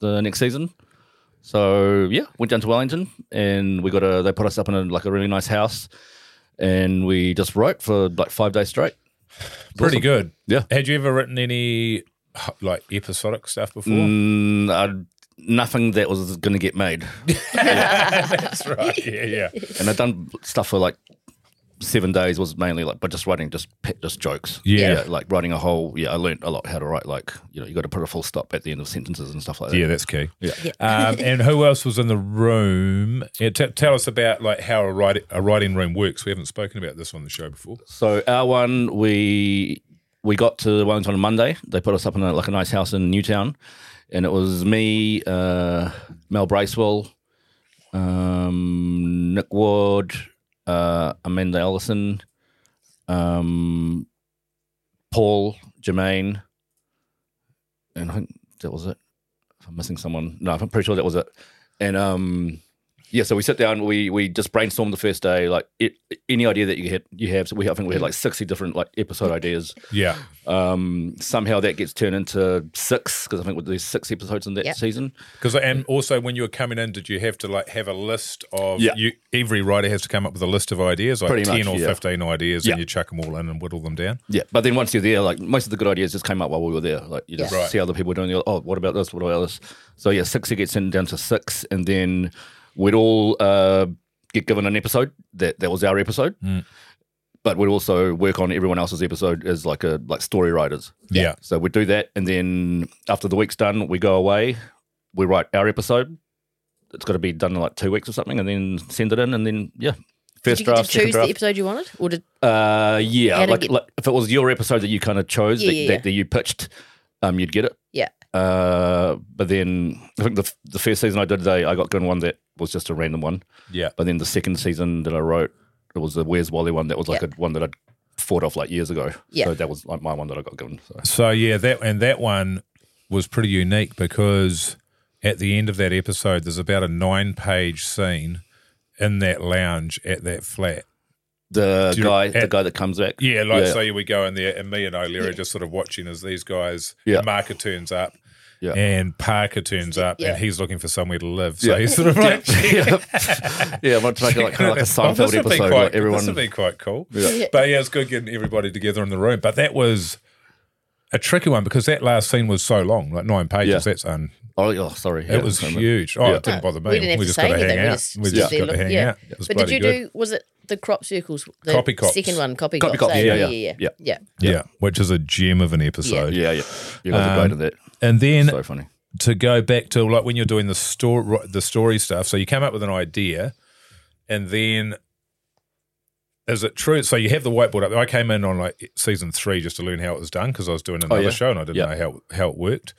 C: the next season? So yeah, went down to Wellington, and we got a. They put us up in a, like a really nice house, and we just wrote for like five days straight.
D: Pretty good.
C: Yeah.
D: Had you ever written any like episodic stuff before?
C: Mm, I, nothing that was going to get made.
D: That's right. Yeah, yeah.
C: and I'd done stuff for like seven days was mainly like but just writing just pet just jokes
D: Yeah.
C: like writing a whole yeah i learned a lot how to write like you know you got to put a full stop at the end of sentences and stuff like that
D: Yeah, that's key. Yeah. Um, and who else was in the room? Yeah, t- tell us about like how a, write- a writing room works. We haven't spoken about this on the show before.
C: so our one we we got to wellington on monday they put us up in a, like a nice house in newtown and it was me uh mel bracewell um nick ward uh amanda ellison um paul jermaine and I think that was it. If I'm missing someone, no, I'm pretty sure that was it. And um, yeah, so we sit down, we we just brainstormed the first day, like it, any idea that you had, you have. So we I think we had like sixty different like episode ideas.
D: Yeah.
C: Um, somehow that gets turned into six because I think there's six episodes in that
E: Yep.
C: season.
D: Because and also when you were coming in, did you have to like have a list of?
C: Yeah.
D: You, every writer has to come up with a list of ideas, like
C: Pretty
D: ten
C: much,
D: or
C: yeah.
D: fifteen ideas,
C: Yeah.
D: and you chuck them all in and whittle them down.
C: Yeah, but then once you're there, like most of the good ideas just came up while we were there. Like you just
D: Yeah. Right.
C: see other people doing. You're like, oh, what about this? What about this? So yeah, six it gets sent down to six, and then we'd all uh, get given an episode that that was our episode.
E: Mm.
C: But we'd also work on everyone else's episode as like a like story writers.
D: Yeah.
C: So we do that, and then after the week's done, we go away. We write our episode. It's got to be done in like two weeks or something, and then send it in, and then yeah,
E: Did
C: first
E: you get to
C: draft, second
E: choose the
C: draft.
E: episode you wanted, or did
C: Uh, yeah,
E: How to
C: like,
E: get-
C: like if it was your episode that you kind of chose
E: Yeah,
C: that,
E: yeah,
C: that,
E: yeah.
C: that you pitched, um, you'd get it.
E: yeah?
C: Uh, but then I think the f- the first season I did, they I got given one that was just a random one.
D: Yeah.
C: But then the second season that I wrote, it was the Where's Wally one that was like
E: Yeah.
C: a one that I'd fought off like years ago.
E: Yeah.
C: So that was like my one that I got given. So.
D: So yeah, that and that one was pretty unique because at the end of that episode, there's about a nine-page scene in that lounge at that flat.
C: The
D: Do you-
C: guy, the
D: and-
C: guy that comes back.
D: Yeah, like so we go in there, and me and O'Leary are just sort of watching as these guys.
C: Yeah.
D: Marker turns up.
C: Yeah.
D: And Parker turns up,
E: Yeah.
D: and he's looking for somewhere to live. So
C: Yeah.
D: he's sort of like,
C: yeah, yeah. I wanted to make it like kind of like a
D: Oh, this
C: Seinfeld
D: would be
C: episode.
D: Quite,
C: like everyone,
D: This would be quite cool.
E: Yeah.
D: But yeah, it's good getting everybody together in the room. But that was a tricky one because that last scene was so long, like nine pages.
C: Yeah.
D: That's un.
C: oh, yeah, sorry,
D: It was huge. Oh, it didn't bother me.
E: We didn't have to
D: just
E: say
D: got to
E: anything.
D: hang
E: we
D: out.
E: just,
D: We
E: stood
D: just
E: there
D: got to
E: look-
D: hang
E: yeah.
D: out. It was
E: But did
D: bloody
E: you
D: good.
E: do? Was it the crop circles? The
D: Copy cops.
E: Second one, copy,
C: Copy cops,
E: cops. eh?
C: yeah,
E: yeah,
C: yeah,
E: yeah,
C: yeah.
E: yeah.
D: Yeah. which is a gem of an episode.
C: Yeah, yeah. You guys are great at that.
D: Um, And then
C: so funny.
D: to go back to like when you're doing the story the story stuff so you come up with an idea and then is it true? So you have the whiteboard up. I came in on like season three just to learn how it was done because I was doing another
C: Oh, yeah.
D: show and I didn't
C: Yeah.
D: know how how it worked.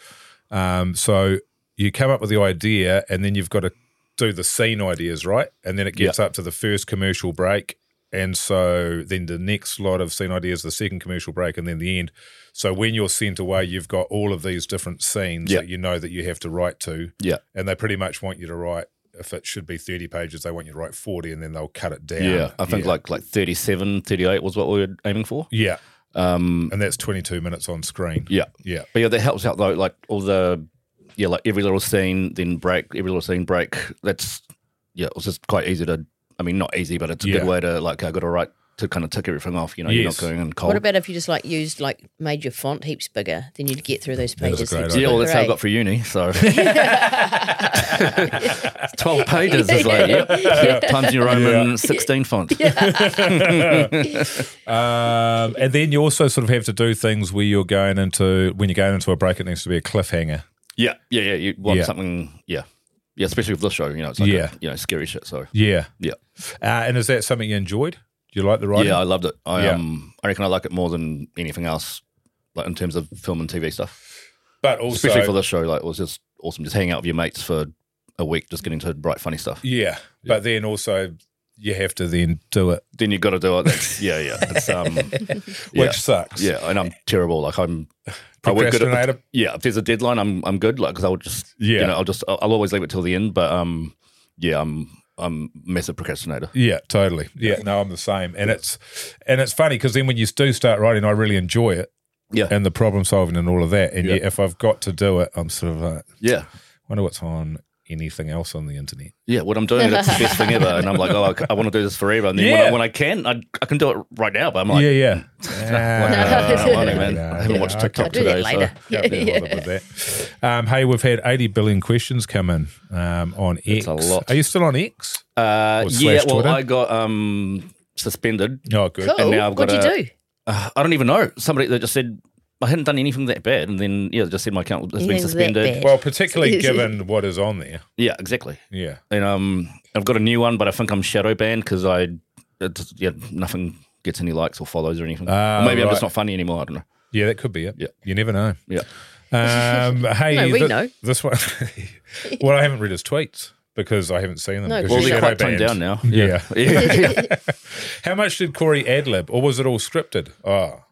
D: Um, so you come up with the idea and then you've got to do the scene ideas, right? And then it gets up to the first commercial break. And so then the next lot of scene ideas, the second commercial break, and then the end. So when you're sent away, you've got all of these different scenes
C: Yeah.
D: that you know that you have to write to
C: Yeah.
D: and they pretty much want you to write if it should be 30 pages they want you to write 40 and then they'll cut it down
C: Yeah. I think
D: yeah.
C: like like 37, 38 was what we were aiming for.
D: yeah
C: Um,
D: and that's 22 minutes on screen
C: yeah.
D: yeah
C: But yeah, that helps out though. Like all the, yeah, like every little scene, then break, every little scene, break. That's, yeah, it was just quite easy to, I mean, not easy, but it's a
D: Yeah.
C: good way to, like, I got to write to kind of tick everything off. You know, you're not
D: Yes.
C: going in cold.
E: What about if you just like used like made your font heaps bigger? Then you'd get through those
D: That is a
E: pages.
D: great
E: heaps
D: idea.
C: yeah, well, that's
E: quicker,
C: how I
E: eh?
C: got through uni. So 12 pages is like, yep, yep, Times New Roman 16 font.
D: um, and then you also sort of have to do things where you're going into when you're going into a break it needs to be a cliffhanger
C: Yeah, yeah, yeah. You want
D: Yeah.
C: something, yeah, yeah. Especially with this show, you know, it's like
D: Yeah.
C: a, you know scary shit. So
D: yeah
C: yeah,
D: uh, and is that something you enjoyed do you like the writing
C: yeah, I loved it. I
D: Yeah.
C: um, I reckon I like it more than anything else, like in terms of film and TV stuff.
D: but also
C: Especially for this show, like it was just awesome, just hanging out with your mates for a week, just getting to write funny stuff.
D: yeah but then also you have to then do it
C: Then you got to do it. That's, yeah, yeah. It's, um, yeah.
D: which sucks
C: Yeah, and I'm terrible. Like I'm I work good at-
D: procrastinator
C: yeah. If there's a deadline, I'm I'm good. Like because I'll just
D: Yeah.
C: you know I'll just I'll, I'll always leave it till the end. But um, yeah, I'm I'm a massive procrastinator.
D: Yeah, totally. Yeah, no, I'm the same, and it's and it's funny because then when you do start writing, I really enjoy it
C: Yeah,
D: and the problem solving and all of that. And
C: Yeah.
D: yet, if I've got to do it, I'm sort of like,
C: yeah.
D: wonder what's on anything else on the internet.
C: Yeah, what I'm doing, it's the best thing ever. And I'm like, oh, I, want to do this forever. And then when,
D: Yeah.
C: I, when I can, I, I can do it right now. But I'm like, uh,
D: yeah, yeah.
C: I don't want it, man. I haven't watched TikTok
E: I'll do that
C: today, so-
E: later.
D: Yeah, yeah. With that. Um, hey, we've had 80 billion questions come in um, on X.
C: That's a lot.
D: Are you still on X?
C: uh,
D: Or
C: yeah,
D: slash
C: well,
D: Twitter.
C: I got um, suspended.
D: Oh, good.
E: Cool.
C: And now I've got
E: What'd you
C: a-
E: do?
C: Uh, I don't even know. Somebody that just said, I hadn't done anything that bad. And then, yeah, just said my account has been
E: Anything that
C: suspended.
E: bad.
D: Well, particularly given what is on there.
C: Yeah, exactly.
D: Yeah.
C: And um, I've got a new one, but I think I'm shadow banned because I, it's, yeah, nothing gets any likes or follows or anything.
D: Ah,
C: or maybe I'm
D: right.
C: just not funny anymore. I don't know.
D: Yeah, that could be it.
C: Yeah.
D: You never know.
C: Yeah.
D: Um, hey,
E: No, we
D: thi-
E: know.
D: this one. well, I haven't read his tweets because I haven't seen them.
E: No,
D: because
C: Well,
E: Shadow
C: they're
D: he's
C: quite
D: shadow
C: toned down
D: banned.
C: now.
D: Yeah.
C: yeah. yeah.
D: How much did Corey ad lib, or was it all scripted? Oh,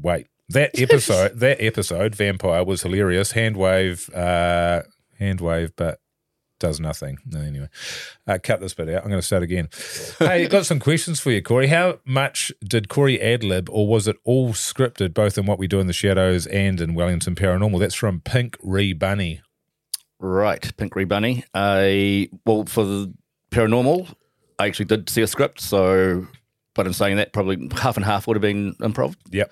D: wait. That episode, that episode, Vampire was hilarious. Hand wave, uh, hand wave, but does nothing. No, Anyway, uh, cut this bit out. I'm going to start again. hey, got some questions for you, Corey. How much did Corey ad lib, or was it all scripted, both in what we do in the shadows and in Wellington Paranormal? That's from Pink Re Bunny.
C: Right, Pink Re Bunny. I well for the paranormal, I actually did see a script. So, but in saying that, probably half and half would have been improv.
D: Yep.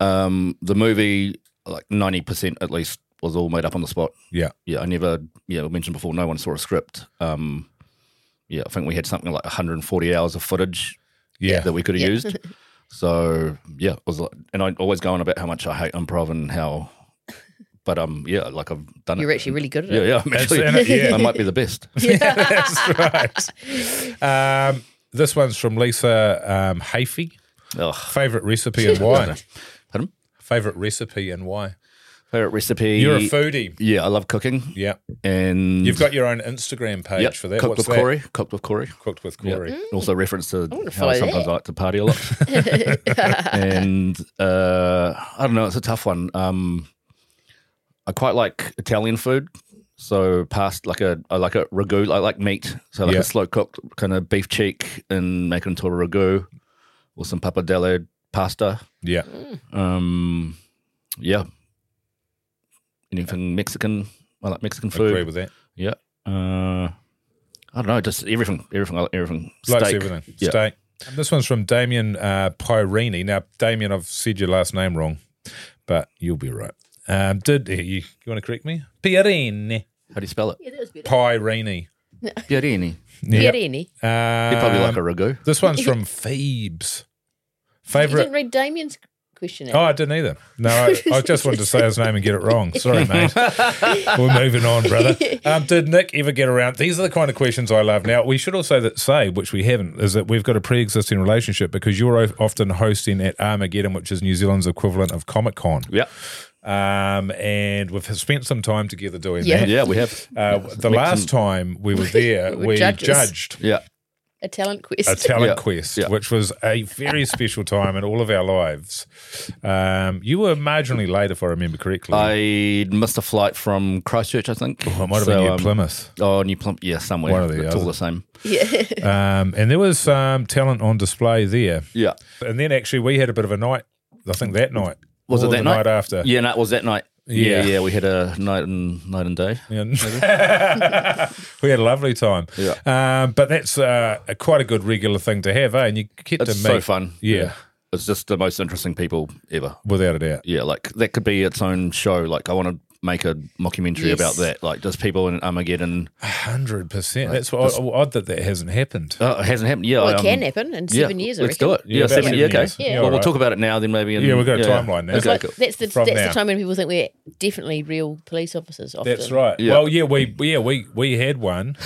C: Um, the movie, like ninety percent at least, was all made up on the spot.
D: Yeah.
C: Yeah, I never. Yeah, I mentioned before, no one saw a script. Um, yeah, I think we had something like 140 hours of footage
D: Yeah.
C: that we could have used. So yeah, it was like, and I always go on about how much I hate improv and how, but um, yeah, like I've done it.
E: You're actually really good at
C: Yeah,
E: it.
C: yeah. I'm
D: That's
C: actually,
D: in it, yeah.
C: I might be the best.
D: That's right. Um, this one's from Lisa um, Hafey.
C: Ugh.
D: Favorite recipe and why?
C: Pardon?
D: Favorite recipe and why?
C: Favorite recipe.
D: You're a foodie.
C: Yeah, I love cooking.
D: Yeah.
C: And
D: You've got your own Instagram page
C: yep,
D: for that.
C: Cooked
D: What's
C: with
D: that?
C: Corey. Cooked with Corey.
D: Cooked with
C: Yeah.
D: Corey.
C: Also reference to how
E: follow
C: sometimes
E: that.
C: Mm. I like to party a lot. and uh, I don't know, it's a tough one. Um, I quite like Italian food. So past like a I like a ragu, I like meat. So like
D: Yeah.
C: a slow cooked kind of beef cheek and make it into a ragu or some pappardelle pasta.
D: Yeah.
C: Um, yeah. Anything Mexican? I like Mexican food.
D: Agree with that.
C: yeah. Uh, I don't know. Just everything. Everything. I like everything.
D: Likes
C: Steak.
D: everything.
C: Yeah.
D: Steak. And this one's from Damien uh, Pyrini. Now, Damien, I've said your last name wrong, but you'll be right. Um, did you, you want to correct me? Pyrini.
C: How do you spell it?
D: Pyrini.
C: Pierini.
E: Get
C: You
E: any?
C: probably like a
D: Um,
C: ragu.
D: This one's from Phoebes.
E: You
D: Favorite
E: didn't read Damien's question it.
D: Oh, I didn't either. No, I, I just wanted to say his name and get it wrong. Sorry, mate. We're moving on, brother. Um, did Nick ever get around? These are the kind of questions I love. Now, we should also that say, which we haven't, is that we've got a pre existing relationship because you're o- often hosting at Armageddon, which is New Zealand's equivalent of Comic Con.
C: Yeah.
D: Um, and we've spent some time together doing
E: Yeah.
D: that.
C: Yeah, we have.
D: Uh, the
C: Make
D: last time we were there,
E: We
D: we,
E: were judges.
D: judged
C: Yeah.
E: a talent quest.
D: a talent
C: Yeah.
D: quest,
C: Yeah.
D: which was a very special time in all of our lives. Um, you were marginally late, if I remember correctly.
C: I missed a flight from Christchurch, I think.
D: Oh, it might have been
C: So,
D: New
C: um,
D: Plymouth.
C: Oh, New Plymouth. Yeah, somewhere.
D: One or the
C: it's all
D: other.
C: the same.
E: yeah.
D: Um, and there was some talent on display there.
C: Yeah.
D: And then actually, we had a bit of a night, I think that night.
C: Was
D: or
C: it that
D: the
C: night?
D: after.
C: Yeah, no, it was that night.
D: Yeah.
C: Yeah, yeah, we had a night and night and day.
D: And- we had a lovely time.
C: Yeah.
D: Um, but that's uh, a, quite a good regular thing to have, eh? And you get to
C: It's
D: meet.
C: so fun.
D: yeah.
C: It's just the most interesting people ever.
D: Without a doubt.
C: Yeah, like that could be its own show. Like I want to make a mockumentary
E: Yes.
C: about that. Like just people in Armageddon.
D: Hundred percent. That's why odd that that hasn't happened.
C: Oh, it hasn't happened. Yeah,
E: Well, it
C: I, um,
E: can happen in seven
C: yeah,
E: years. I
C: Let's
E: reckon.
C: do it. Yeah,
D: about
C: seven.
D: seven
C: Yeah, okay.
D: years. Yeah.
C: Well, we'll
D: Alright.
C: talk about it now. Then maybe. In,
D: Yeah, we've got a timeline now.
C: Okay,
D: Like-
C: cool.
E: That's the
D: From
E: that's
D: now.
E: the time when people think we're definitely real police officers. Often.
D: That's right.
C: Yeah.
D: Well, yeah, we yeah we we had one.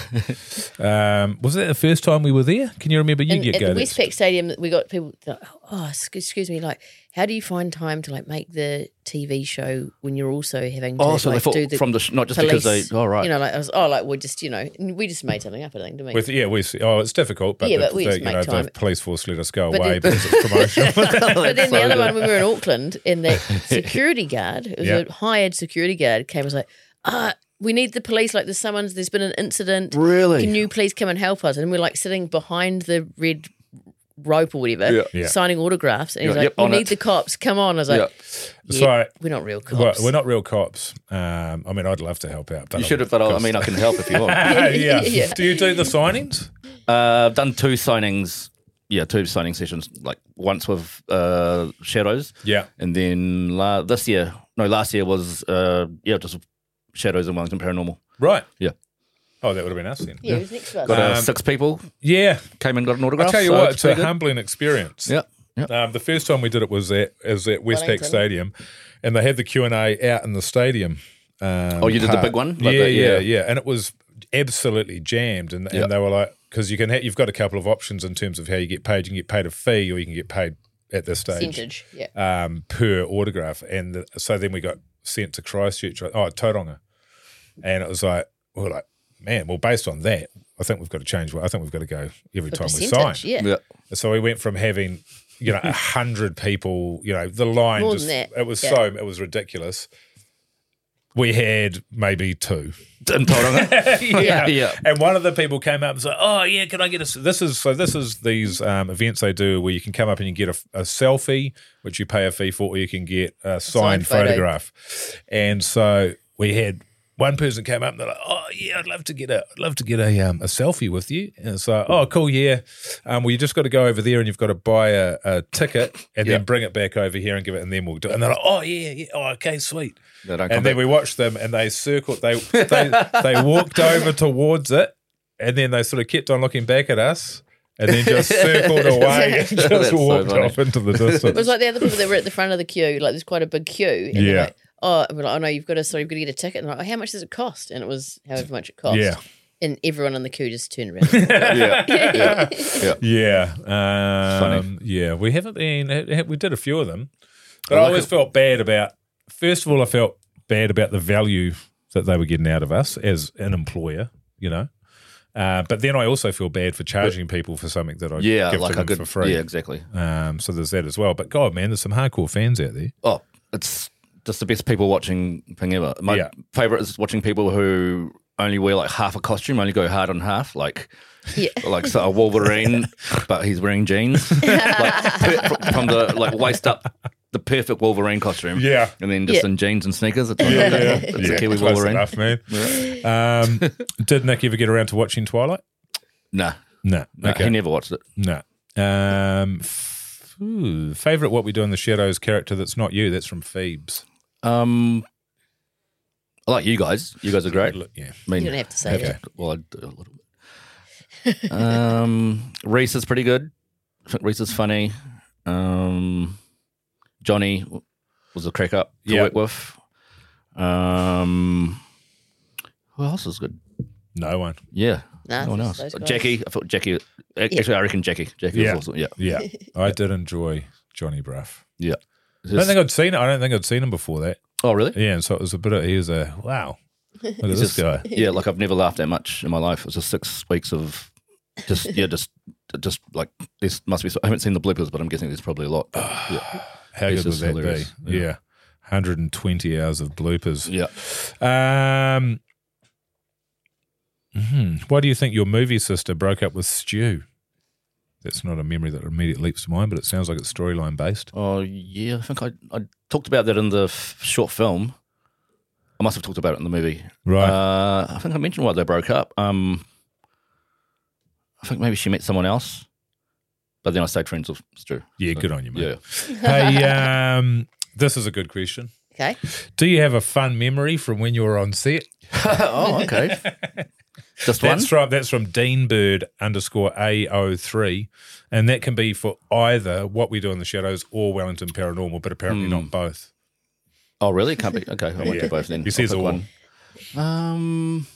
D: um, was that the first time we were there? Can you remember? You
E: And
D: get
E: at
D: go.
E: the
D: that's-
E: Westpac Stadium, we got people. Like, oh, sc- excuse me. Like, how do you find time to like make the TV show when you're also having to
C: Oh, so they
E: like,
C: thought
E: do the
C: from the sh- not just because
E: police?
C: they- oh, right.
E: You know, like I was, oh, like we're just you know and we just made something up. I think, didn't we?
D: With, yeah, we oh, it's difficult, but,
E: Yeah,
D: the,
E: but we
D: the,
E: just
D: you
E: make
D: know,
E: time.
D: the police force let us go
E: But
D: away
E: it-
D: because it's promotional.
E: but then
C: so
E: the other
C: good.
E: one, when we were in Auckland, and that security guard, it was
D: Yeah.
E: a hired security guard, came and was like, ah, we need the police. Like, there's someone's, there's been an incident.
C: Really?
E: Can you please come and help us? And we're like sitting behind the red rope or whatever,
C: Yeah.
D: Yeah.
E: signing autographs. And he's
C: Yeah,
E: like,
C: yep,
E: we
C: on
E: need
C: it.
E: the cops. Come on. I was like,
D: So
E: "Yeah,
D: I-
E: we're not real cops.
D: well, we're not real cops. Um, I mean, I'd love to help out. But
C: You should have. But I, I mean, I can help if you want.
D: Ah, yeah.
E: Yeah.
D: Do you do the signings?
C: Uh, I've done two signings. Yeah, two signing sessions. Like once with uh, Shadows.
D: Yeah.
C: and then la- this year, no, last year was uh, yeah, just Shadows and Wellington Paranormal.
D: Right.
C: Yeah,
D: Oh, that would have been us then.
E: yeah, it was next to us.
C: got uh,
D: Um,
C: six people
D: Yeah.
C: came and got an autograph.
D: I tell you
C: so
D: what,
C: it's
D: it's a
C: pretty good.
D: humbling experience.
C: Yeah, yeah.
D: Um, the first time we did it was at is at Westpac
E: Wellington.
D: Stadium, and they had the Q and A out in the stadium. Um,
C: Oh, you did the
D: part.
C: big one?
D: Yeah,
C: Like that,
D: yeah, yeah,
C: yeah.
D: and it was absolutely jammed. And,
C: Yeah.
D: and they were like, because you can ha- you've got a couple of options in terms of how you get paid. You can get paid a fee, or you can get paid at this stage
E: Percentage. Yeah.
D: um, per autograph. And the, so then we got sent to Christchurch. Oh, Tauranga, and it was like we were like, man, well, based on that, I think we've got to change. I think we've got to go every
E: The
D: time we sign.
E: percentage. Yeah.
C: Yeah.
D: So we went from having, you know, a hundred people, you know, the line
E: More
D: just
E: than that,
D: it was
E: yeah.
D: so it was ridiculous. We had maybe two.
C: in Tauranga.
D: yeah.
C: Yeah.
D: And one of the people came up and said, Oh yeah, can I get a s-" this is so this is these um, events they do where you can come up and you get a, a selfie, which you pay a fee for, or you can get a signed,
E: photo.
D: photograph. And so we had one person came up and they're like, "Oh yeah, I'd love to get a, I'd love to get a, um, a selfie with you." And it's like, "Oh cool, yeah." Um, well, you just got to go over there and you've got to buy a, a ticket and then
C: Yeah.
D: bring it back over here and give it, and then we'll do. it. And they're like, "Oh yeah, yeah, oh, okay, sweet."
C: They don't come
D: and then
C: back.
D: we watched them, and they circled. They they they walked over towards it, and then they sort of kept on looking back at us, and then just circled away and
C: That's
D: just
C: so
D: walked
C: funny.
D: off into the
E: It was
D: distance.
E: like the other people that were at the front of the queue. Like there's quite a big queue. And they're
D: Yeah.
E: Like, oh, and we're like, oh no, you've got to sorry, you've got to get a ticket. And they're like, oh, how much does it cost? And it was however much it cost.
D: Yeah.
E: And everyone in the queue just turned around.
C: yeah, yeah.
D: Yeah, um,
C: Funny.
D: yeah. We haven't been. ha- ha- We did a few of them,
C: I
D: but I,
C: like
D: always
C: it.
D: felt bad about. First of all, I felt bad about the value that they were getting out of us as an employer. You know. Uh, but then I also feel bad for charging people for something that I
C: yeah.
D: give
C: Like
D: to
C: I
D: them
C: could.
D: for free.
C: Yeah, exactly.
D: Um, so there's that as well. But God, man, there's some hardcore fans out there.
C: Oh, it's just the best people watching thing ever. My
D: Yeah.
C: favorite is watching people who only wear like half a costume, only go hard on half, like.
E: Yeah.
C: Like so a Wolverine, but he's wearing jeans. like per- from the like waist up, the perfect Wolverine costume.
D: Yeah.
C: and then just
E: Yeah.
C: in jeans and sneakers. It's, like, it's a Kiwi
D: close
C: Wolverine.
D: enough, man. Um, did Nick ever get around to watching Twilight?
C: Nah,
D: No.
C: nah, he never watched it.
D: No. Um, f- ooh, favorite What We Do in the Shadows character that's not you, that's from Phoebes.
C: Um, I like you guys. You guys are great. I
D: Look, yeah.
C: mean,
E: you don't have to say
D: Okay.
E: that.
C: well, I do a little bit. um, Reese is pretty good. I think Reese is funny. Um, Johnny was a crack up to
D: Yeah.
C: work with. Um, who else is good?
D: No one.
C: Yeah.
E: Nah,
C: no one
E: just
C: else.
E: those guys.
C: Jackie. I thought Jackie. Actually, I reckon Jackie. Jackie
D: Yeah.
C: was awesome. Yeah.
D: Yeah, I did enjoy Johnny Bruff.
C: Yeah.
D: I don't think I'd seen. I don't think I'd seen him before that.
C: oh, really?
D: Yeah, and so it was a bit of. He was a wow. Look at this
C: just-
D: guy.
C: yeah, like I've never laughed that much in my life. It was just six weeks of just yeah, just just like this must be. I haven't seen the bloopers, but I'm guessing there's probably a lot. yeah,
D: How
C: This
D: good was
C: is
D: that
C: hilarious.
D: be? Yeah. 120 hours of bloopers.
C: yeah.
D: Um, mhm. Why do you think your movie sister broke up with Stu? That's not a memory that immediately leaps to mind, but it sounds like it's storyline based.
C: Oh yeah, I think I I talked about that in the f- short film. I must have talked about it in the movie.
D: Right.
C: Uh, I think I mentioned why they broke up. Um, I think maybe she met someone else, but then I stayed friends with Stu.
D: Yeah,
C: So,
D: good on you, mate.
C: Yeah.
D: hey, um, this is a good question.
E: Okay.
D: Do you have a fun memory from when you were on set?
C: oh, okay. Just one.
D: That's from that's from Dean Bird underscore A03. And that can be for either what we do in the shadows or Wellington Paranormal, but apparently
C: Hmm.
D: not both.
C: Oh, really? Can't be. Okay, I won't do both then.
D: You see
C: I'll
D: the
C: pick
D: one.
C: Um,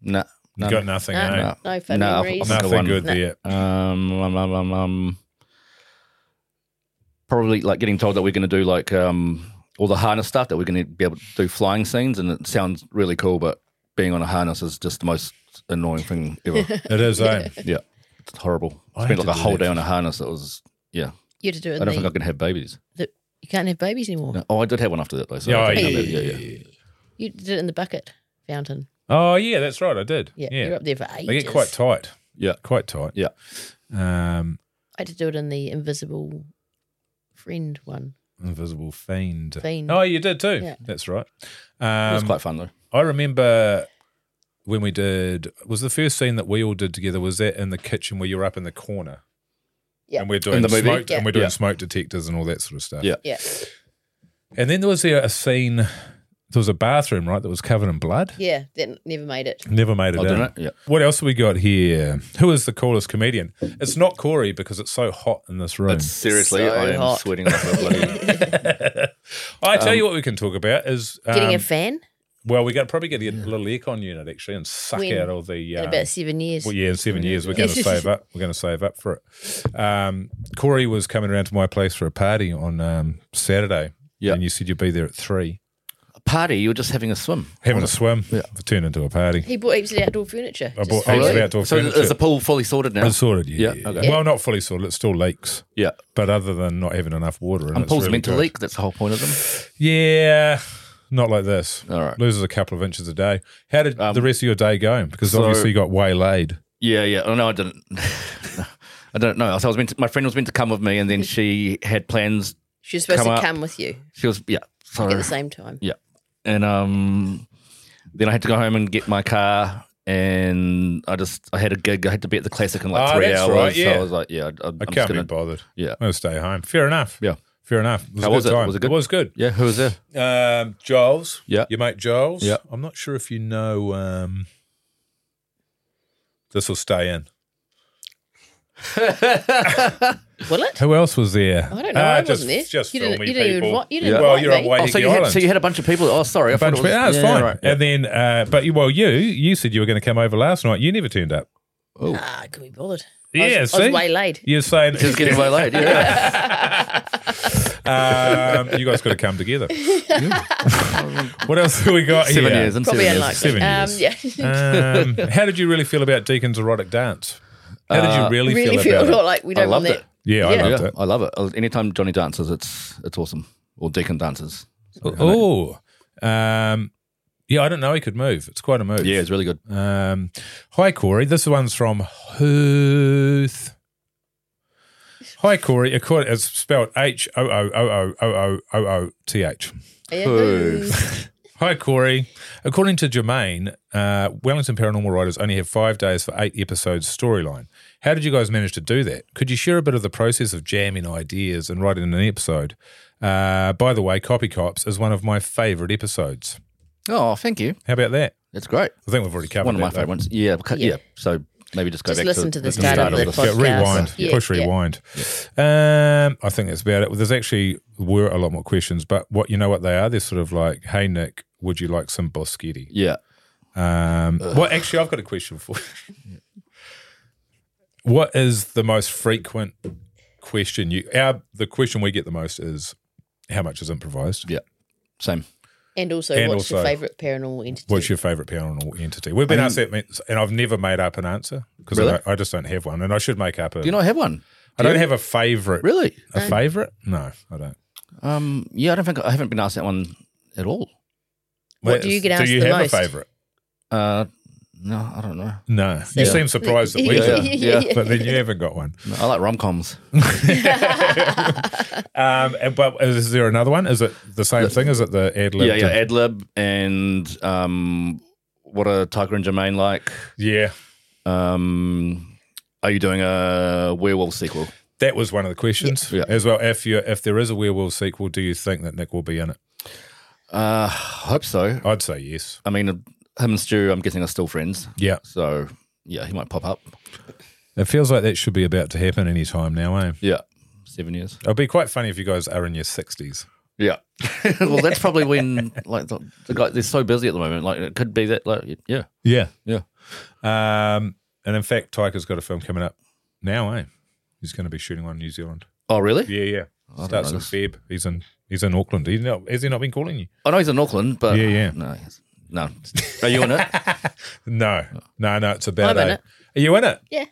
C: nah,
D: You
C: no,
D: got nothing, eh?
E: No. No fun
C: No, I'll-
E: memories.
C: I'll pick
D: Nothing
C: one.
D: good there.
C: Um, um, um, um, um, probably like getting told that we're going to do like um all the harness stuff that we're going to be able to do flying scenes, and it sounds really cool, but being on a harness is just the most annoying thing ever.
D: It is, eh?
C: yeah, it's horrible.
D: I
C: Spent like
D: had to
C: a
D: do
C: whole
D: that
C: day on a harness. That was yeah.
E: You had to do it.
C: I
E: in
C: don't think
E: the-
C: I can have babies.
E: the- you can't have babies anymore.
C: No. Oh, I did have one after that though. So
D: Yeah,
C: I
D: oh,
C: don't know
D: yeah,
C: about-
D: yeah,
E: You did it in the bucket fountain.
D: Oh, yeah, that's right. I did.
E: Yeah, you're up there for ages.
D: They get quite tight.
C: Yeah.
D: Quite tight.
C: Yeah.
D: Um,
E: I had to do it in the invisible friend one.
D: Invisible Fiend.
E: Fiend.
D: Oh, you did too.
E: Yeah.
D: That's right.
C: It was
D: Um,
C: quite fun though.
D: I remember when we did was the first scene that we all did together was that in the kitchen where you're up in the corner.
E: Yeah.
D: And we're doing
C: the movie?
D: smoke
E: Yeah.
D: and we're doing
C: Yeah.
D: smoke detectors and all that sort of stuff.
C: Yeah.
E: Yeah,
D: And then there was a, a scene there was a bathroom, right, that was covered in blood.
E: yeah. That never made it.
D: Never made it
C: Oh,
D: in.
C: didn't it? Yeah.
D: What else have we got here? Who is the coolest comedian? It's not Corey because it's so hot in this room.
C: But seriously,
E: So
C: I am
E: hot.
C: sweating like a bloody.
D: I tell you what we can talk about is um,
E: Getting a fan
D: well, we got probably get the little aircon unit actually and suck
E: When?
D: out all the
E: in
D: um,
E: about seven years.
D: Well, yeah, in seven years we're going to save up. We're going to save up for it. Um, Corey was coming around to my place for a party on um, Saturday.
C: Yeah.
D: and you said you'd be there at three,
C: Party, you were just having a swim. Oh,
D: having a swim. Yeah, turned into a party.
E: He bought heaps of outdoor furniture.
D: I
E: just
D: bought
E: for
D: heaps of
E: you.
D: outdoor-
C: so
D: furniture.
C: is the pool fully sorted now?
D: It's sorted, yeah.
C: Yeah, okay.
D: Well, not fully sorted. It still leaks,
C: Yeah.
D: but other than not having enough water, in it,
C: And
D: it's
C: pools
D: really
C: meant to
D: good.
C: leak. That's the whole point of them.
D: Yeah, not like this.
C: All right.
D: loses a couple of inches a day. How did
C: Um,
D: the rest of your day go? Because obviously you got waylaid.
C: Yeah, yeah. Oh, no, I didn't. I don't know. So I was meant to, my friend was meant to come with me, and then she had plans.
E: She was supposed
C: Come
E: to
C: up.
E: come with you
C: She was yeah. So
E: at the same time.
C: yeah, and um, then I had to go home and get my car, and I just I had a gig. I had to be at the classic in like
D: Oh,
C: three
D: that's
C: hours.
D: right, yeah.
C: So I was like, yeah, I, I'm
D: I
C: just
D: can't
C: gonna.
D: be bothered.
C: Yeah.
D: I'll stay home. Fair enough.
C: Yeah.
D: Fair enough. It was
C: How
D: a good
C: was it?
D: time.
C: Was it good?
D: It was good.
C: Yeah, who was there?
D: Um, Giles.
C: Yeah.
D: Your mate Giles.
C: Yeah.
D: I'm not sure if you know. Um, this will stay in.
E: Will it?
D: Who else was there?
E: I don't know. I wasn't there.
D: Ah, Just
E: You
D: filmy
E: didn't- you didn't even
D: people.
E: wa- you didn't
D: Well,
E: invite
D: you're on
E: me.
D: Waiheke
C: oh, so you had
D: Island.
C: so you had a bunch of people. Oh, sorry, I
D: a bunch
C: thought
D: of
C: it was.
D: people. No, it's
C: yeah,
D: fine.
C: right, yeah.
D: And then, uh, but you, well, you you said you were going to come over last night. You never turned up.
E: Ah, I could be bothered. I
D: yeah,
E: was,
D: see,
E: I was waylaid.
D: You're saying
C: Just getting away late. Yeah.
D: um, you guys got to come together. what else have we got
C: Seven
D: here?
C: years and
E: Probably
C: seven years.
E: unlikely.
D: Seven
E: um,
D: years.
E: yeah.
D: um, how did you really feel about Deacon's erotic dance? How
C: Uh,
D: did you really,
E: really
D: feel,
E: feel
D: about it?
E: like we don't
C: I
E: want
C: loved
E: that.
C: it.
D: Yeah, I
E: Yeah.
D: loved
C: Yeah,
D: it.
C: I love it. Uh, Anytime Johnny dances, it's it's awesome. Or Deacon dances.
D: Oh, um, yeah, I don't know. He could move. It's quite a move.
C: Yeah, it's really good.
D: Um, hi, Corey. This one's from Huth. Hi, Corey. Accord- It's spelled H O O O O O O O O T H.
E: Yahoo.
D: Hi, Corey. According to Jermaine, uh, Wellington Paranormal Writers only have five days for eight episodes storyline. How did you guys manage to do that? Could you share a bit of the process of jamming ideas and writing an episode? Uh, by the way, Copy Cops is one of my favourite episodes.
C: Oh, thank you.
D: How about that?
C: It's great.
D: I think we've already covered
C: One of my
D: that, though.
C: favorite ones. Yeah, beca- yeah.
E: Yeah.
C: So Maybe just go
E: Just
C: back
E: listen to
C: to
E: the start of the
D: Yeah,
E: podcast.
D: rewind.
E: Yeah,
D: push
E: yeah.
D: rewind. Um, I think that's about it. Well, there's actually were a lot more questions, but what you know what they are? They're sort of like, hey Nick, would you like some boschetti?
C: Yeah.
D: Um, well, actually, I've got a question for you. what is the most frequent question you? Our the question we get the most is how much is improvised.
C: Yeah. Same.
E: And also,
D: And
E: what's your
D: also-
E: favourite paranormal entity?
D: What's your favourite paranormal entity? We've been asked that, many- and I've never made up an answer because
C: Really?
D: I, don't- I just don't have one, and I should make up a.
C: Do you not have one?
D: I don't have a favourite.
C: Really?
D: A favourite? No, I don't.
C: Um, yeah, I don't think I haven't been asked that one at all.
E: What
D: Wait,
E: do you get
D: Do
E: asked
D: you
E: the
D: have
E: most?
D: a favourite?
C: Uh, no, I don't know.
D: No. You seem surprised that we
E: Yeah,
D: do.
C: yeah, yeah.
D: But then you haven't got one.
C: No, I like rom coms.
D: Um, and- but is there another one? Is it the same thing? Is it the ad lib?
C: Yeah, yeah. Ad lib and um, what are Tiger and Jermaine like?
D: Yeah.
C: Um, are you doing a werewolf sequel?
D: That was one of the questions
C: Yeah.
D: as well. If you if there is a werewolf sequel, do you think that Nick will be in it?
C: Uh, I hope so.
D: I'd say yes.
C: I mean, uh, him and Stu, I'm guessing, are still friends.
D: Yeah,
C: So yeah, he might pop up.
D: it feels like that should be about to happen any time now. Eh?
C: Yeah, seven years.
D: It'll be quite funny if you guys are in your sixties.
C: Yeah. well, that's probably when like the, the guy they're so busy at the moment. Like it could be that. Like yeah,
D: Yeah,
C: yeah.
D: um, and in fact, Tyker's got a film coming up now. Eh? He's going to be shooting one in New Zealand.
C: Oh really?
D: Yeah, yeah. Starts
C: know
D: in Feb. He's in he's in Auckland. He's not, has he not been calling you?
C: I know he's in Auckland, but
D: Yeah, yeah.
C: No, he's- no. Are you in it?
D: No, no, no. It's about.
E: I'm in
D: a-
E: it.
D: Are you in it?
E: Yeah.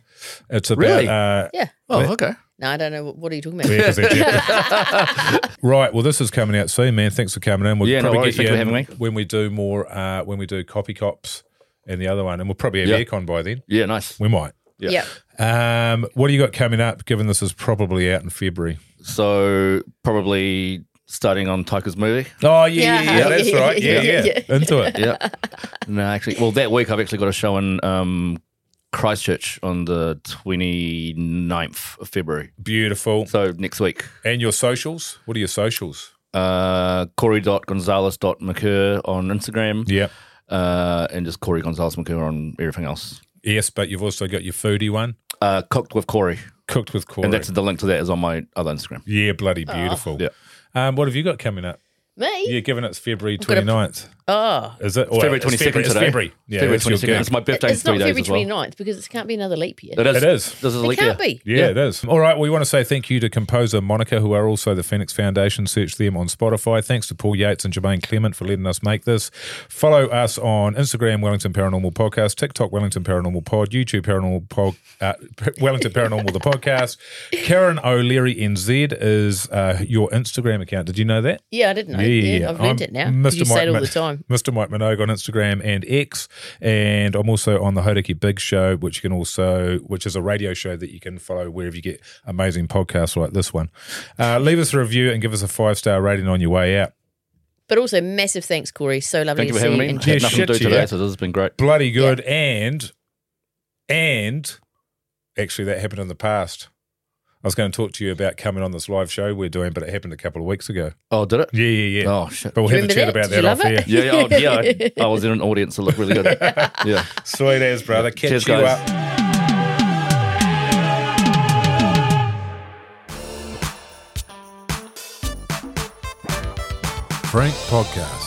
D: It's about.
C: Really?
D: Uh,
E: Yeah.
C: Oh, okay.
E: No, I don't know. What, what are you talking about?
D: yeah, 'cause it- right. Well, this is coming out soon, man. Thanks for coming in. We'll
C: Yeah, no
D: probably
C: worries.
D: get
C: Thanks
D: you
C: for
D: in
C: having me.
D: when we do more. Uh, when we do copy cops and the other one, and we'll probably have
C: Yeah.
D: aircon by then.
C: Yeah, nice.
D: We might.
E: Yeah.
D: Um, what do you got coming up? Given this is probably out in February.
C: So probably starting on Tyker's movie.
D: Oh yeah, yeah,
E: Yeah.
D: yeah, that's right. Yeah, yeah,
E: Yeah.
D: into it.
C: Yeah. no, actually, well, that week I've actually got a show in um, Christchurch on the 29th of February.
D: Beautiful.
C: So next week.
D: And your socials? What are your socials?
C: Uh, Corey.gonzalez.mccur on Instagram.
D: Yeah.
C: Uh, and just Corey Gonzalez McCur on everything else.
D: Yes, but you've also got your foodie one,
C: Uh, cooked with Corey.
D: cooked with Corey.
C: And that's the link to that is on my other Instagram.
D: yeah, bloody beautiful.
C: Yeah.
D: Um, what have you got coming up?
E: Me?
D: Yeah, given it's February
E: got a-
D: 29th.
E: Oh.
D: Is it? Or
C: February
D: it's
C: 22nd
D: February, it's
C: today.
D: February. Yeah,
C: February
D: that's your
C: 22nd. It's
D: gig.
C: my birthday. in
E: It's not
C: three days
E: February
C: as well.
E: 29th because it can't be another leap year.
C: It is.
D: It is.
C: This is a
E: It
C: leap
E: can't
C: year.
E: be.
D: Yeah, it is. All right. We want to say thank you to composer Monica, who are also the Phoenix Foundation. Search them on Spotify. Thanks to Paul Yates and Jermaine Clement for letting us make this. Follow us on Instagram, Wellington Paranormal Podcast, TikTok, Wellington Paranormal Pod, YouTube, Paranormal Pod, uh, P- Wellington Paranormal the podcast. Karen O'Leary NZ is uh, your Instagram account. Did you know that?
E: Yeah, I didn't know. Yeah, I've learned it now.
D: I'm
E: You say it all
D: Mon-
E: the time.
D: Mr. Mike Minogue on Instagram and X, and I'm also on the Hodaki Big Show, which you can also, which is a radio show that you can follow wherever you get amazing podcasts like this one. Uh, leave us a review and give us a five star rating on your way out.
E: But also, massive thanks, Corey. So lovely
C: Thank you
E: to
C: for
E: see
C: having
E: you.
C: me.
E: and
D: Yeah,
C: Had nothing to do
D: shit,
C: today,
D: yeah.
C: so this has been great.
D: Bloody good, and and actually that happened in the past. I was going to talk to you about coming on this live show we're doing, but it happened a couple of weeks ago.
C: Oh, did it?
D: Yeah, yeah, yeah.
C: Oh, shit.
D: But we'll have a
E: Remember
D: chat
E: that?
D: about
E: Did you
D: that
E: love
D: off
E: it?
D: air.
C: Yeah, yeah, oh, yeah. I, I was in an audience that looked really good. Yeah.
D: Sweet as, brother. Catch
C: Cheers,
D: you
C: guys.
D: up. Frank Podcast.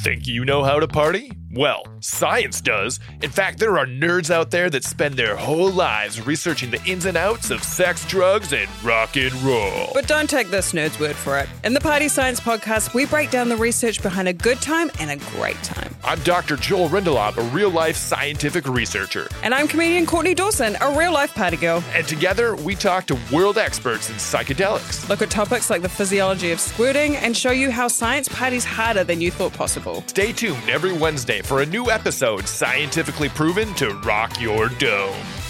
G: Think you know how to party? Well, science does. In fact, there are nerds out there that spend their whole lives researching the ins and outs of sex, drugs, and rock and roll.
H: But don't take this nerd's word for it. In the Party Science Podcast, we break down the research behind a good time and a great time.
G: I'm Dr. Joel Rindelop, a real life scientific researcher.
H: And I'm comedian Courtney Dawson, a real life party girl.
G: And together, we talk to world experts in psychedelics.
H: Look at topics like the physiology of squirting and show you how science parties harder than you thought possible.
G: Stay tuned every Wednesday for a new episode scientifically proven to rock your dome.